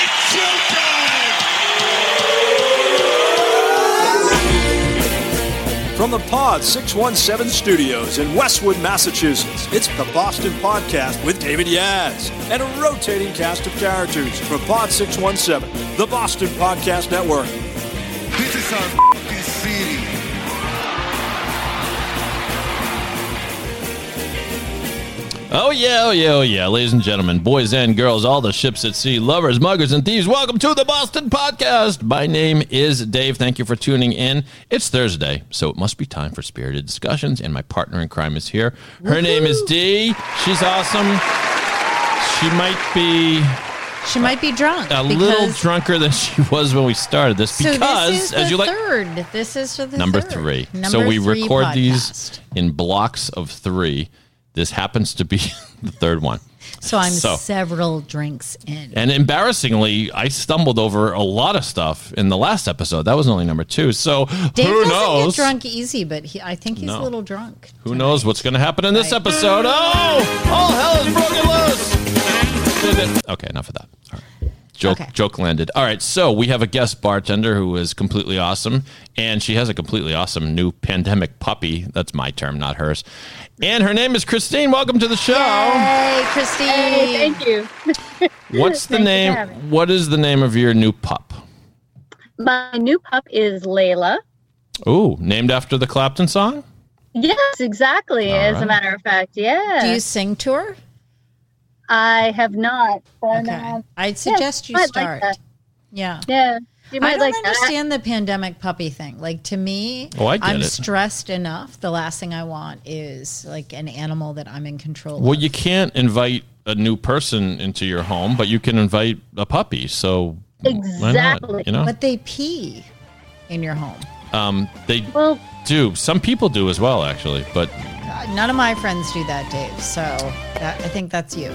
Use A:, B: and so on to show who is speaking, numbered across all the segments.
A: It's showtime!
B: From the Pod 617 studios in Westwood, Massachusetts, it's the Boston Podcast with David Yaz and a rotating cast of characters from Pod 617, the Boston Podcast Network.
A: This is our fucking city.
C: Oh yeah, oh yeah, oh yeah, ladies and gentlemen, boys and girls, all the ships at sea, lovers, muggers, and thieves. Welcome to the Boston Podcast. My name is Dave. Thank you for tuning in. It's Thursday, so it must be time for spirited discussions, and my partner in crime is here. Her name is Dee. She's awesome. She might be
D: She might be drunk.
C: a
D: because-
C: little drunker than she was when we started this
D: So
C: because,
D: this is
C: as
D: the
C: you like,
D: third. This is for the
C: number
D: third.
C: three.
D: Number
C: so we
D: three
C: record these
D: podcast.
C: in blocks of three. This happens to be the third one.
D: So I'm
C: So-
D: several drinks in.
C: And embarrassingly, I stumbled over a lot of stuff in the last episode. That was only number two. So
D: Dave
C: who
D: doesn't
C: knows?
D: get drunk easy, but he, I think he's
C: No.
D: a little drunk.
C: Who knows what's going to happen in this
D: Right.
C: episode? Oh, all hell is broken loose. Okay, enough of that. All right. Joke,
D: Okay.
C: joke landed. All right, so we have a guest bartender who is completely awesome, and she has a completely awesome new pandemic puppy. That's my term, not hers. And her name is Christine. Welcome to the show.
D: Hey, Christine.
E: Hey, thank you.
C: What's the
E: Thank you for
C: name?
E: having
C: What is the name of your new pup?
E: My new pup is Layla.
C: Ooh, named after the Clapton song?
E: Yes, exactly.
C: All
E: as
C: right.
E: a matter of fact, yeah.
D: Do you sing to her?
E: I have not. But,
D: Okay.
E: um,
D: I'd suggest
E: I'd
D: you
E: like
D: start.
E: that.
D: yeah.
E: yeah. You might
D: I don't
E: like that.
D: understand the pandemic puppy thing. Like to me,
C: Oh, I get
D: I'm
C: it.
D: stressed enough. The last thing I want is like an animal that I'm in control
C: Well,
D: of.
C: you can't invite a new person into your home, but you can invite a puppy. So why not,
E: Exactly.
C: you know,
D: but they pee in your home.
C: um, they
E: Well,
C: do. Some people do as well, actually. But
D: None of my friends do that, Dave. So that, I think that's you.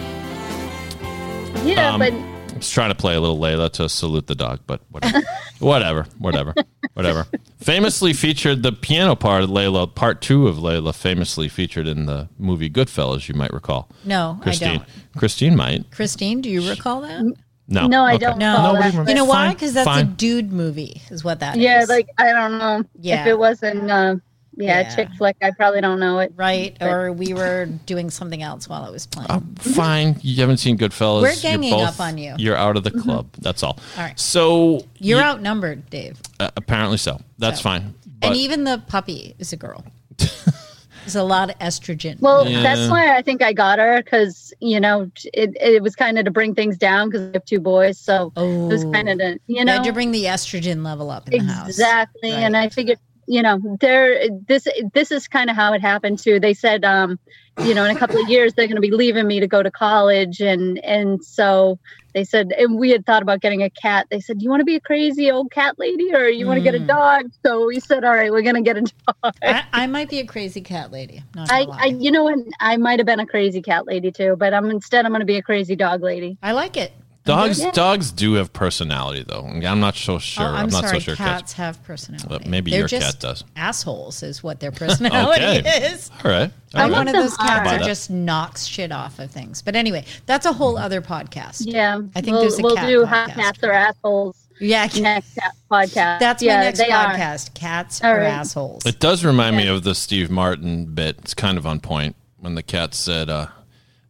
E: yeah,
C: um,
E: but
C: I was trying to play a little Layla to salute the dog, but whatever, whatever, whatever, whatever. Famously featured the piano part of Layla. Part two of Layla famously featured in the movie Goodfellas. You might recall.
D: No,
C: Christine.
D: I don't.
C: Christine might.
D: Christine, do you recall that?
C: No.
E: No, I
C: Okay.
E: don't
D: No.
E: recall
C: Nobody
E: that,
C: remembers.
D: You know why?
C: Fine,
D: Because that's a
C: fine.
D: dude movie, is what that is.
E: yeah, like I don't know
D: Yeah.
E: if it wasn't. Um, yeah,
D: Yeah.
E: chick flick. I probably don't know it.
D: right, or we were doing something else while it was playing.
C: Oh, Fine, you haven't seen Goodfellas.
D: We're
C: You're
D: ganging up on you. Mm-hmm.
C: You're out of the club. That's all.
D: All right.
C: So
D: You're
C: you-
D: outnumbered, Dave.
C: uh, apparently so. That's
D: So.
C: fine. But
D: and even the puppy is a girl. There's a lot of estrogen.
E: Well,
C: Yeah.
E: that's why I think I got her because you know it, it was kind of to bring things down because I have two boys, so it was
D: Oh.
E: kind of to you
D: you
E: know
D: had to bring the estrogen level up in the house.
E: exactly and
D: Right.
E: i figured you know there this this is kind of how it happened too they said um you know in a couple of years they're going to be leaving me to go to college and and so they said and we had thought about getting a cat they said you want to be a crazy old cat lady or you want to get a
D: Mm.
E: dog so we said all right we're going to get a dog
D: I, I might be a crazy cat lady. Not
E: I,
D: gonna lie.
E: I you know what i might have been a crazy cat lady too but i'm instead i'm going to be a crazy dog lady
D: I like it.
C: dogs,
E: Yeah.
C: dogs do have personality, though. I'm not so sure.
D: Oh, I'm,
C: not
D: sorry,
C: so sure.
D: cats
C: Cats.
D: have personality.
C: But maybe
D: They're
C: your
D: just
C: cat does.
D: Assholes is what their personality
C: Okay.
D: is.
C: All right. All
D: I'm
C: right.
D: one of
E: them
D: those
E: are.
D: cats
C: Buy
D: that
C: that.
D: just knocks shit off of things. But anyway, that's a whole other podcast.
E: yeah
D: I think
E: we'll,
D: there's a
E: we'll
D: cat
E: do
D: podcast.
E: hot cats are assholes
D: Yeah, cat-
E: next cat podcast
D: that's
E: yeah,
D: my next
E: they are.
D: podcast. Cats
E: All
D: are
E: right.
D: assholes.
C: It does remind me of the Steve Martin bit. It's kind of on point when the cat said, uh,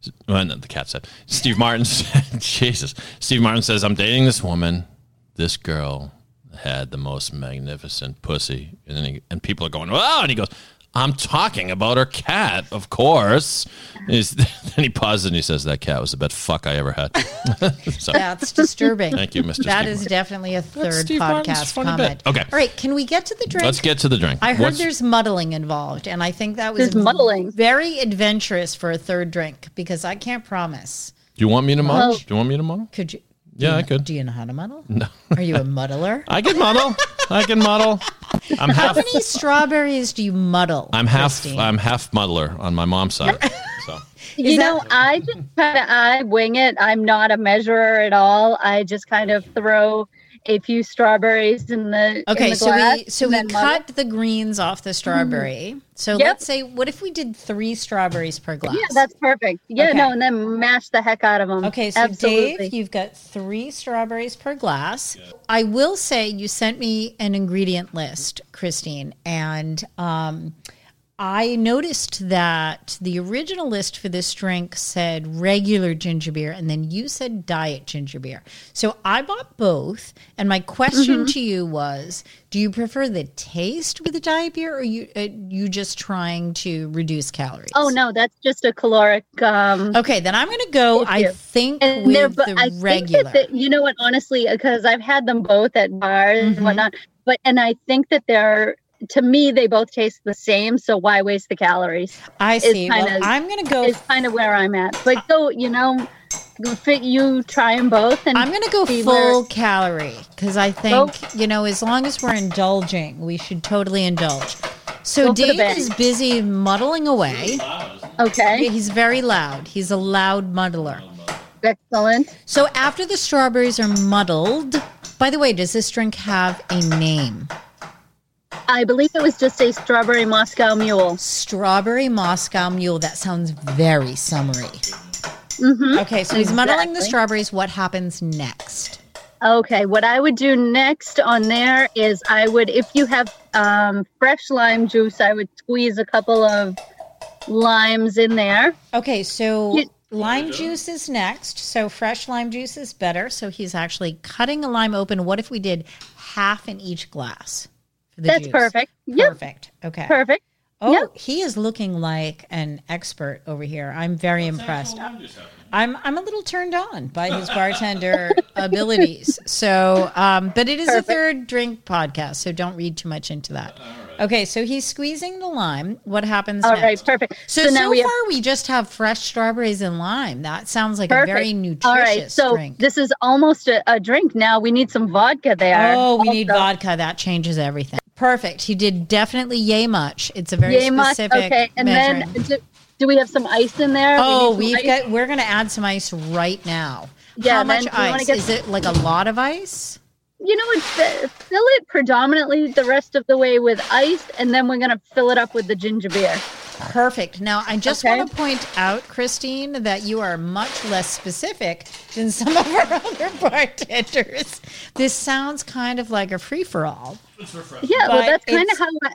C: s- well, no, the cat said, Steve Martin said, Jesus. Steve Martin says, I'm dating this woman. This girl had the most magnificent pussy. And then he, and people are going, oh, and he goes, I'm talking about her cat, of course. And he's- then he pauses and he says, that cat was the best fuck I ever had. so
D: That's disturbing.
C: thank you, Mr.
D: That
C: Steve
D: is
C: Martin.
D: definitely a third
C: Steve Martin's
D: podcast
C: funny
D: comment.
C: bit. Okay.
D: All right. Can we get to the drink?
C: Let's get to the drink.
D: I heard
C: What's-
D: there's muddling involved, and I think that was
E: There's muddling.
D: very adventurous for a third drink because I can't promise.
C: Do you want me to
E: Well-
C: munch? Do you want me to munch?
D: Could you? Do you
C: Yeah, I
D: kn-
C: could.
D: Do you know how to muddle? No. Are you a muddler?
C: I can model. I can model. I'm half.
D: How many strawberries do you muddle?
C: I'm half.
D: Christine?
C: I'm half muddler on my mom's side. So
E: you know, I just kind of I wing it. I'm not a measurer at all. I just kind of throw a few strawberries in the in
D: okay,
E: the
D: so
E: glass
D: we so
E: and
D: we
E: then muddle. Mm.
D: cut the greens off the strawberry. So
E: Yep.
D: let's say, what if we did three strawberries per glass?
E: Yeah, that's perfect. Yeah,
D: Okay.
E: no, and then mash the heck out of them.
D: Okay, so Dave, you've got three strawberries per glass. I will say you sent me an ingredient list, Christine, and um, I noticed that the original list for this drink said regular ginger beer, and then you said diet ginger beer. So I bought both, and my question to you was: Do you prefer the taste with the diet beer, or you uh, you just trying to reduce calories?
E: oh no, that's just a caloric. Um,
D: Okay, then I'm gonna go. I
E: you.
D: think
E: and they're
D: with
E: but
D: the
E: I
D: regular.
E: think that the, you know what honestly because I've had them both at bars
D: Mhm.
E: and whatnot but and I think that they're to me they both taste the same so why waste the calories
D: I see. well,
E: kinda-
D: I'm gonna go.
E: is kind of where I'm at but go you know go fit you try them both and
D: I'm gonna go
E: see
D: full
E: where-
D: calorie because I think you know as long as we're indulging, we should totally indulge. So
E: Go for the
D: Dave
E: bang.
D: is busy muddling away.
E: okay
D: He's very loud. He's a loud muddler.
E: excellent
D: So after the strawberries are muddled, by the way, does this drink have a name?
E: I believe it was just a strawberry Moscow mule
D: Strawberry Moscow Mule. That sounds very summery. Okay, so he's muddling the
E: Mm-hmm. Exactly.
D: strawberries. What happens next?
E: Okay, what I would do next on there is I would, if you have um, fresh lime juice, I would squeeze a couple of limes in there.
D: Okay, so
E: Yeah.
D: lime juice is next. So fresh lime juice is better. So he's actually cutting a lime open. What if we did half in each glass? For the
E: That's
D: juice?
E: perfect. Yep,
D: Perfect. Okay.
E: perfect.
D: Oh,
E: yeah.
D: he is looking like an expert over here. I'm very impressed. I'm I'm a little turned on by his bartender abilities. So, um, but it is a third drink podcast, so don't read too much into that. Okay, so he's squeezing the lime. What happens
E: All right,
D: next?
E: perfect.
D: So,
E: So
D: so
E: now we
D: far,
E: have-
D: we just have fresh strawberries and lime. That sounds like
E: Perfect.
D: a very nutritious
E: All right, so
D: drink.
E: this is almost a, a drink now. We need some vodka there.
D: oh, we need
E: also.
D: vodka. That changes everything. Perfect. He did definitely yay much. It's a very
E: Yay, must.
D: specific.
E: Okay, and
D: measuring.
E: then do, do we have some ice in there? We
D: oh,
E: need
D: we've
E: some ice.
D: got. We're gonna add some ice right now.
E: Yeah,
D: How
E: then
D: much
E: do you wanna
D: ice?
E: get-
D: Is it like a lot of ice?
E: You know what? fi- Fill it predominantly the rest of the way with ice, and then we're gonna fill it up with the ginger beer.
D: Perfect. Now, I just
E: Okay.
D: want to point out, Christine, that you are much less specific than some of our other bartenders. This sounds kind of like a free for all.
E: Yeah, well,
D: But
E: that's kind
D: it's-
E: of how I,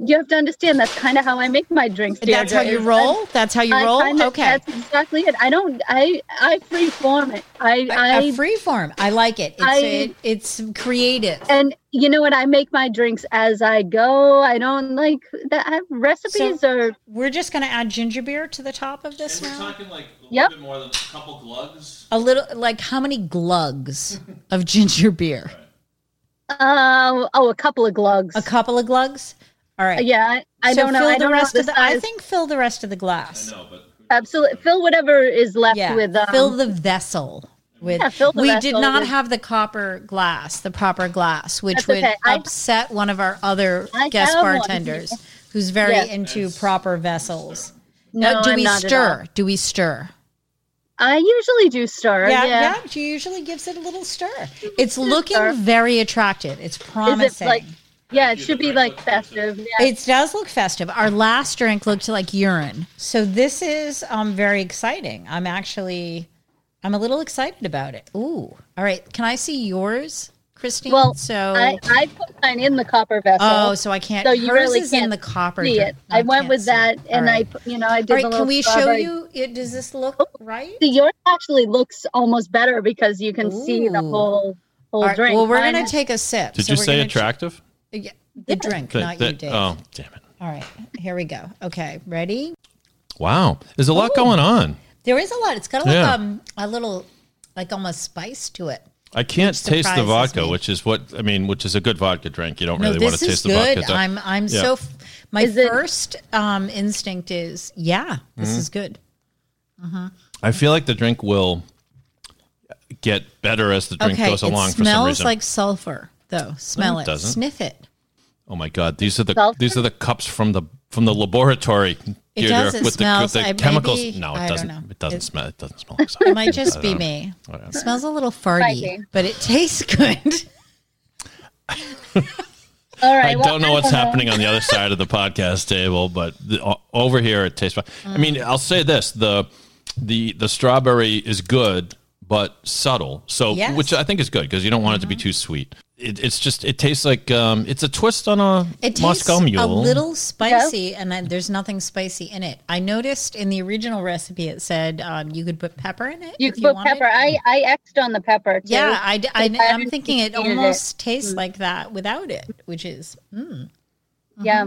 E: you have to understand. That's kind of how I make my drinks.
D: That's how
E: Deirdre,
D: you
E: is
D: roll. That's how you
E: I
D: roll.
E: kinda-
D: okay.
E: that's exactly it. I don't. I I freeform it. I I,
D: A free form. I like it. It's,
E: I-
D: it, it's creative.
E: and you know what? I make my drinks as I go. I don't like that. I have recipes or
D: We're just going to add ginger beer to the top of this now.
C: like a
E: Yep. bit
C: more than a couple glugs.
D: A little, like how many glugs of ginger beer?
E: uh, oh, a couple of glugs.
D: A couple of glugs? All right.
E: Uh, yeah, I, I
D: so
E: don't know.
D: Fill
E: I
D: the
E: don't
D: rest
E: know
D: of the, I
E: size.
D: think fill the rest of the glass.
C: No, but
E: absolutely fill whatever is left
D: Yeah.
E: with. Um,
D: fill the vessel with.
E: Yeah, fill the
D: we did
E: vessel
D: not
E: with-
D: have the copper glass, the proper glass, which
E: That's
D: would
E: okay. I-
D: upset one of our other
E: I
D: guest
E: have one.
D: bartenders who's very
E: Yes.
D: into proper vessels.
E: no,
D: Uh, do
E: I'm
D: we
E: not at all.
D: stir? Do we stir?
E: I usually do stir.
D: Yeah,
E: Yeah,
D: yeah, She usually gives it a little stir. It's looking
E: stir.
D: very attractive. It's
E: Is it
D: promising.
E: like? Yeah, it should be like festive. Yeah.
D: It does look festive. Our last drink looked like urine. So this is um very exciting. I'm actually I'm a little excited about it. Ooh. All right. Can I see yours, Christine?
E: Well,
D: so
E: I, I put mine in the copper vessel.
D: Oh, so I can't
E: so you
D: hers
E: really
D: is in
E: can't
D: the copper.
E: see
D: drink.
E: it. I, went
D: can't
E: with
D: see it.
E: that,
D: All
E: and
D: right.
E: I, put- you know, I did
D: All
E: the
D: right,
E: little
D: can we show
E: strawberry. Oh,
D: you it, does this look right?
E: See, yours actually looks almost better because you can see the
D: Ooh.
E: whole
D: All
E: whole
D: right,
E: drink.
D: well, we're
E: Mine
D: going to
E: is-
D: take a sip.
C: Did
D: So
C: you
D: we're
C: say
D: gonna-
C: attractive?
D: Yeah, the drink,
C: That-
D: not you,
C: that-
D: Dave.
C: Oh, damn it!
D: All right, here we go. Okay, ready?
C: Wow, there's a lot going on.
D: There is a lot. It's got like
C: Yeah.
D: um, a little, like almost spice to it.
C: I can't taste the
D: surprises
C: vodka,
D: me.
C: which is what I mean, which is a good vodka drink. You don't
D: No,
C: really want
D: this
C: to
D: is
C: taste the vodka.
D: good.
C: though.
D: I'm I'm
C: Yeah.
D: so. F- my
E: Is it-
D: first um, instinct is
C: Mm-hmm.
D: yeah, this is good.
C: I feel like the drink will get better as the drink
D: Okay,
C: goes
D: it
C: along for some
D: smells
C: reason.
D: like sulfur, though. Smell
C: it
D: it.
C: doesn't.
D: Sniff it.
C: oh my god, these are the
E: Sulfur?
C: these are the cups from the from the laboratory.
D: It
C: Deirdre,
D: does, it
C: with
D: smells-
C: the, with
D: I-
C: the chemicals.
D: maybe-
C: no,
D: I
C: it
D: don't
C: doesn't.
D: know.
C: It doesn't
D: It-
C: smell. It doesn't smell like
D: It
C: sulfur.
D: might just be
C: don't know.
D: me.
C: Whatever.
D: smells a little farty,
E: Farty.
D: but it tastes good.
E: All right.
C: I
E: well, uh,
C: don't know what's
E: don't
C: happening on the other side of the podcast table, but the, o- over here it tastes fine. I mean, I'll say this: the the the strawberry is good, but subtle. So,
D: Yes.
C: which I think is good because you don't want it to be too sweet. It, it's just it tastes like um, it's a twist on a
D: It tastes
C: Moscow Mule.
D: a little spicy, and I, there's nothing spicy in it. I noticed in the original recipe it said um, you could put pepper in it.
E: You
D: if
E: could put
D: wanted.
E: pepper. I I X'd on the pepper. Too.
D: Yeah, I, d- I,
E: I
D: am
E: haven't
D: thinking it
E: seen it. Hmm.
D: almost tastes like that without it, which is mm.
E: Yeah.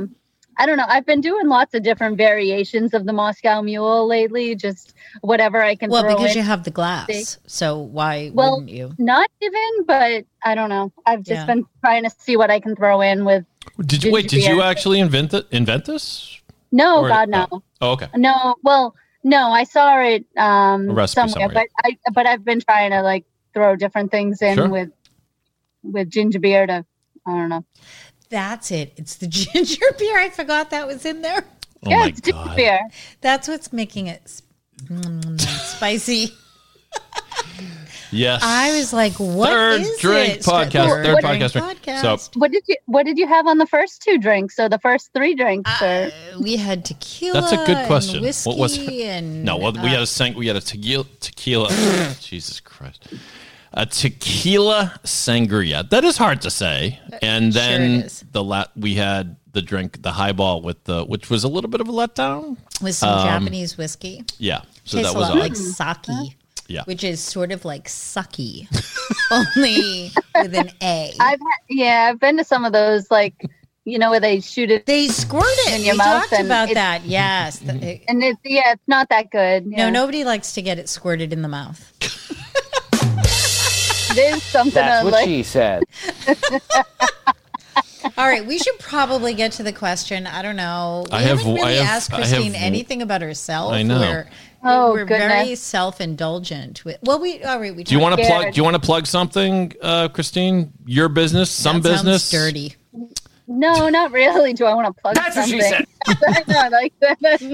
E: I don't know. I've been doing lots of different variations of the Moscow Mule lately. Just whatever I can.
D: well
E: throw
D: because
E: in.
D: you have the glass. So why
E: Well,
D: wouldn't you?
E: not even, but I don't know. I've just
D: Yeah.
E: been trying to see what I can throw in with.
C: Did you wait? Did
E: Yeah.
C: you actually invent it? Invent this?
E: No,
C: Or-
E: God, no,
C: Oh, okay.
E: no. Well, no, I saw it
C: A
E: um, somewhere,
C: recipe somewhere.
E: but I but I've been trying to like throw different things in
C: Sure.
E: with with ginger beer to. I don't
C: Oh
E: know.
D: That's it. It's the ginger beer. I forgot that was in there.
C: Oh
E: yeah,
C: my
E: it's ginger
C: god.
E: beer.
D: That's what's making it s- mm, spicy.
C: Yes.
D: I was like, what is
C: third drink
D: it?
C: podcast.
D: Third
C: Third
D: drink
C: podcast. So-
E: What did you What did you have on the first two drinks? So the first three drinks, or
D: Uh, we had tequila.
C: That's a good question.
D: And whiskey
C: What was it?
D: And,
C: No, well, we had a sang- we had a tequila, tequila. Jesus Christ, a tequila sangria. That is hard to say. And
D: Sure it
C: then
D: is.
C: the la- we had the drink, the highball with the, which was a little bit of a letdown.
D: with some Japanese whiskey.
C: Yeah, um, so
D: Tastes
C: that was
D: a lot
C: odd.
D: like sake,
C: yeah,
D: which is sort of like sucky, only with an A.
E: I've had, yeah, I've been to some of those like you know where they shoot it
D: they squirt it.
E: In your
D: we
E: mouth
D: talked
E: and
D: about
E: it-
D: that. Yes. The- it-
E: and it's yeah, it's not that good.
D: No,
E: yeah.
D: nobody likes to get it squirted in the mouth.
E: There's something
F: That's
E: of
F: what
E: like
F: she said.
D: All right, we should probably get to the question. I don't know. We
C: I have-
D: haven't really
C: I have-
D: asked
C: I have-
D: Christine anything about herself.
C: I know.
D: We're,
E: Oh,
D: we're very
E: goodness.
D: self-indulgent. With, well, we all right. We
C: Do you want to
E: Yeah.
C: plug? Do you want to plug something, uh, Christine? Your business, some business.
D: Dirty.
E: no, not really. Do I want to plug?
F: That's what
E: something?
F: she said.
E: I know, like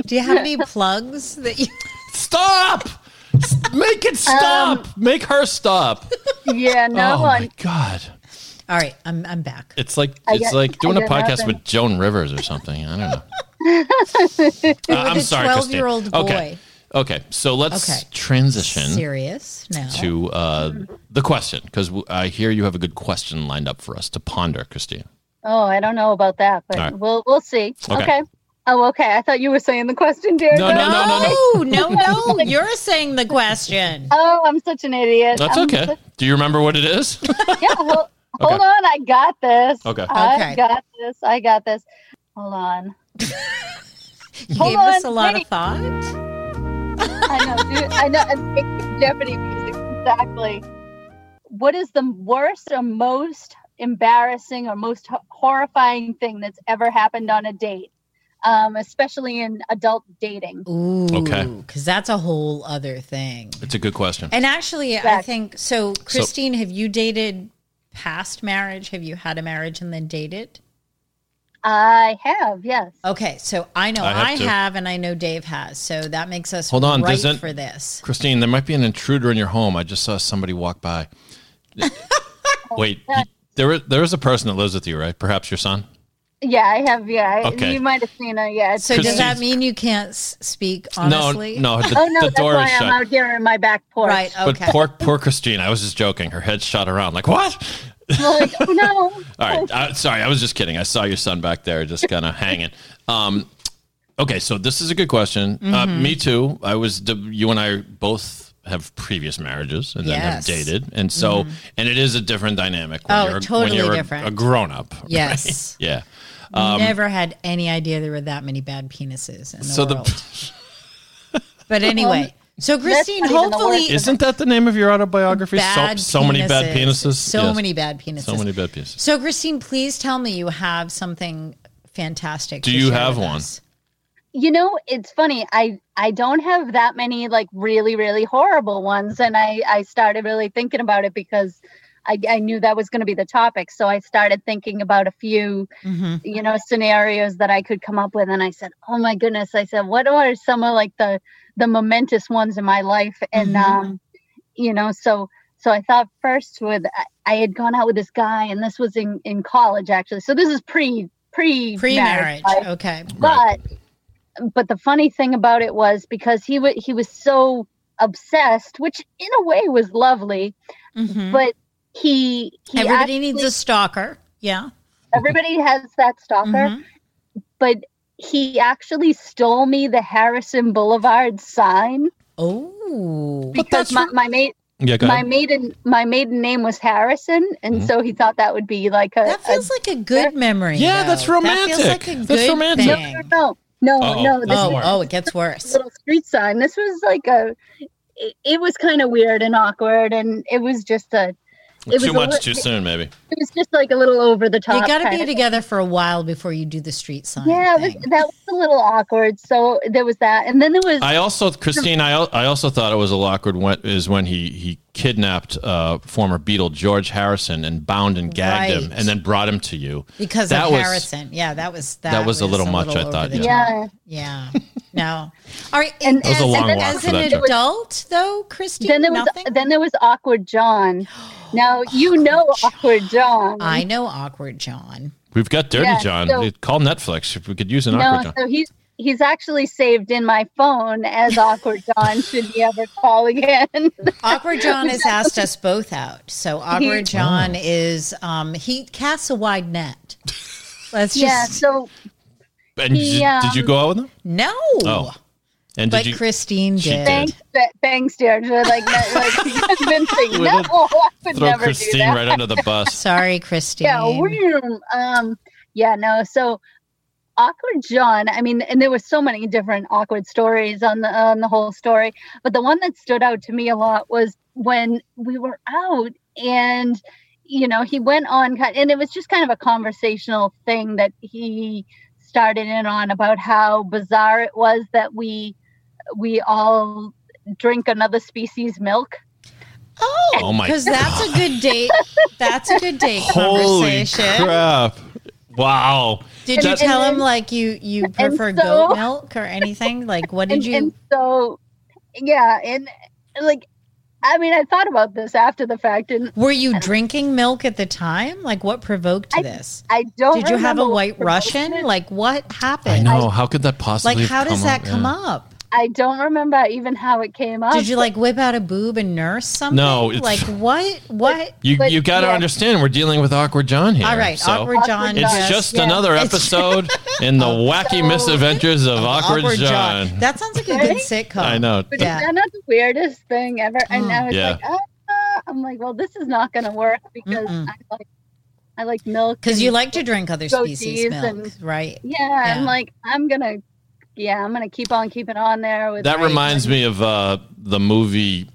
D: Do you have any plugs that you?
C: Stop! S- Make
D: Um,
C: it stop! Make her stop!
E: yeah, no
C: oh
E: one.
C: my god!
D: All right, I'm I'm back.
C: It's like
E: I
C: it's
E: got-
C: like doing
E: I
C: a
E: got
C: podcast
E: nothing.
C: with Joan Rivers or something. I don't know. Uh, I'm
D: a
C: sorry,
D: 12-year-old
C: Christine.
D: boy.
C: Okay, okay. So let's
D: Okay.
C: transition
D: Serious now.
C: to uh, the question because I hear you have a good question lined up for us to ponder, Christine.
E: Oh, I don't know about that, but
C: All right.
E: we'll we'll see.
C: Okay.
E: Okay. Oh, okay. I thought you were saying the question, dear.
C: No, no, no.
D: No, no, no. You're saying the question.
E: Oh, I'm such an idiot. Um,
C: That's
E: I'm
C: okay.
E: such-
C: Do you remember what it is?
E: yeah. Well,
C: Okay.
E: hold on. I got this.
C: Okay.
E: I
D: Okay.
E: got this. I got this. Hold on.
D: You
E: Hold
D: gave us
E: on,
D: a lot of
E: wait.
D: thought.
E: I know, dude. I know. It's making Jeopardy music exactly. What is the worst or most embarrassing or most ho- horrifying thing that's ever happened on a date, um, especially in adult dating?
D: Ooh,
C: Okay.
D: Because that's a whole other thing.
C: it's a good question.
D: And actually, I
E: Exactly.
D: think so. Christine, have you dated past marriage? Have you had a marriage and then dated?
E: I have, yes.
D: Okay, so I know
C: I have
D: I have,
C: to.
D: and I know Dave has. So that makes us
C: Hold on,
D: right
C: doesn't-
D: for this.
C: Christine, there might be an intruder in your home. I just saw somebody walk by. Wait, you- there is- there is a person that lives with you, right? Perhaps your son.
E: Yeah, I have. Yeah, I-
C: Okay.
E: you might have seen it. Yeah.
D: So does
C: Christine-
D: that mean you can't s- speak honestly?
C: No, no. The,
E: oh no,
C: the
E: that's
C: door
E: why
C: is shut.
E: I'm out here in my back porch.
D: Right.
C: But
D: Okay.
C: poor, poor Christine. I was just joking. Her head shot around. Like what?
E: I'm like, oh, no.
C: All right. I, sorry, I was just kidding. I saw your son back there, just kind of hanging. Um, okay, so this is a good question. Uh,
D: Mm-hmm.
C: me too. I was. You and I both have previous marriages and then have
D: Yes. Mm-hmm.
C: dated, and so and it is a different dynamic. When
D: Oh,
C: you're,
D: totally
C: when you're a-
D: different.
C: A, grown up.
D: Yes.
C: Yeah. Um,
D: Never had any idea there were that many bad penises in the
C: So the-
D: world. but anyway, so Christine,
E: not even the
D: hopefully,
E: worst.
C: Isn't that the name of your autobiography? So,
D: bad
C: so many bad penises.
D: So
C: Yes.
D: many bad penises.
C: So many bad penises.
D: So, Christine, please tell me you have something fantastic.
C: Do
D: to
C: you
D: share
C: have
D: with
C: one?
D: us.
E: you know, it's funny. I I don't have that many like really really horrible ones, and I I started really thinking about it because. I, I knew that was going to be the topic, so I started thinking about a few,
D: Mhm.
E: you know, scenarios that I could come up with, and I said, "Oh my goodness!" I said, "What are some of like the the momentous ones in my life?" And
D: Mhm.
E: um, you know, so so I thought first with I- I had gone out with this guy, and this was in in college actually. So this is pre pre
D: Pre-marriage.
E: life
D: Okay.
C: Right.
E: but but the funny thing about it was because he was he was so obsessed which in a way was lovely
D: Mhm.
E: but he, he
D: Everybody
E: actually-
D: needs a stalker. Yeah.
E: everybody has that stalker
D: Mhm.
E: but he actually stole me the harrison boulevard sign
D: Oh.
E: because my, my mate
C: Yeah, go
E: my
C: ahead.
E: maiden my maiden name was harrison and so he thought that would be like a,
D: Mm-hmm. That
E: a
D: feels like a good memory.
C: Yeah,
D: though.
C: that's
D: That feels like a
C: romantic.
D: good
C: That's romantic.
E: no
D: thing.
E: no no no,
C: Uh-oh.
E: no this
D: Oh,
E: was
D: oh, it gets
E: a
D: worse.
E: little street sign this was like a it, it was kind of weird and awkward and it was just a it was
C: Too
E: a
C: much
E: lit-
C: too soon, maybe.
E: it was just like a little over the top.
D: You got to
E: kind
D: be
E: of-
D: together for a while before you do the street sign.
E: Yeah, it was,
D: thing.
E: that was a little awkward. So there was that, and then there was
C: I also, Christine, I, al- I also thought it was a little awkward when, is when he, he kidnapped uh, former Beatle George Harrison and bound and gagged him
D: Right.
C: and then brought him to you.
D: because
C: That
D: of
C: was-
D: Harrison. Yeah, that was that,
C: that was a little much, I
D: over
C: thought,
D: the
E: yeah.
D: top. yeah, no. All right,
E: And-
C: That was a
D: as-
C: long
D: as,
C: walk for
D: an
C: that joke.
D: adult, though, Christine,
E: then there was
D: nothing.
E: then there was awkward John. Now you know awkward John.
D: I know awkward John.
C: We've got Dirty
E: Yeah,
C: John.
E: so-
C: Call Netflix if we could use an
E: no,
C: awkward John.
E: so he's he's actually saved in my phone as awkward John. should he ever call again?
D: Awkward John has asked us both out. So
C: Oh.
D: awkward John is um, he casts a wide net. Let's just
E: yeah. So
C: And
E: He,
C: did, did you
E: um,
C: go out with him?
D: no.
C: Oh. And did
D: but
C: you?
D: Christine
C: She
D: did.
C: did.
E: thanks, ba- bang stared like that, like convincing. No, I would
C: throw
E: never do
C: Christine
E: that.
C: right under the bus.
D: Sorry, Christine.
E: Yeah, room. Um, yeah, no. So awkward John. I mean, and there were so many different awkward stories on the on the whole story, but the one that stood out to me a lot was when we were out and you know he went on ki- and it was just kind of a conversational thing that he started in on about how bizarre it was that we we all drink another species milk
D: Oh,
C: Oh my
D: Because that's a good date. That's a good date
C: Holy
D: conversation.
C: crap! Wow.
D: Did you
E: And-
D: tell
E: and-
D: him like you you prefer
E: so-
D: goat milk or anything? Like what did
E: and,
D: you?
E: and so yeah and like i mean i thought about this after the fact and
D: were you drinking milk at the time? Like what provoked
E: I-
D: this?
E: i don't
D: Did you have
E: remember
D: a
E: what
D: white
E: provoked
D: Russian?
E: it.
D: Like what
C: I
D: happened?
C: know. how could that
D: Like
C: possibly?
D: how
C: have
D: does that come
C: yeah.
D: up?
E: i don't remember even how it came up
D: Did you like whip out a boob and nurse something?
C: No, it's-
D: Like what? What?
C: You
E: But,
C: you got to
E: yeah.
C: understand we're dealing with awkward John here.
D: All right,
C: so
D: awkward John.
E: Awkward
C: It's
E: Yes,
C: just
E: yeah.
C: another
D: It's-
C: episode in the wacky misadventures of awkward, John.
D: That sounds like a good sitcom.
C: I know.
E: but
D: Yeah. Hmm.
E: is that not the weirdest thing ever and i was
C: Yeah.
E: like ah, i'm like well this is not gonna work because
D: Mm-mm.
E: i like i like milk
D: Because
E: and-
D: you like to drink other
E: Goatees
D: species milk,
E: and-
D: right?
E: yeah, i'm
D: Yeah.
E: like i'm gonna yeah i'm gonna keep on keeping on there with
C: That
E: my-
C: reminds me of uh, the movie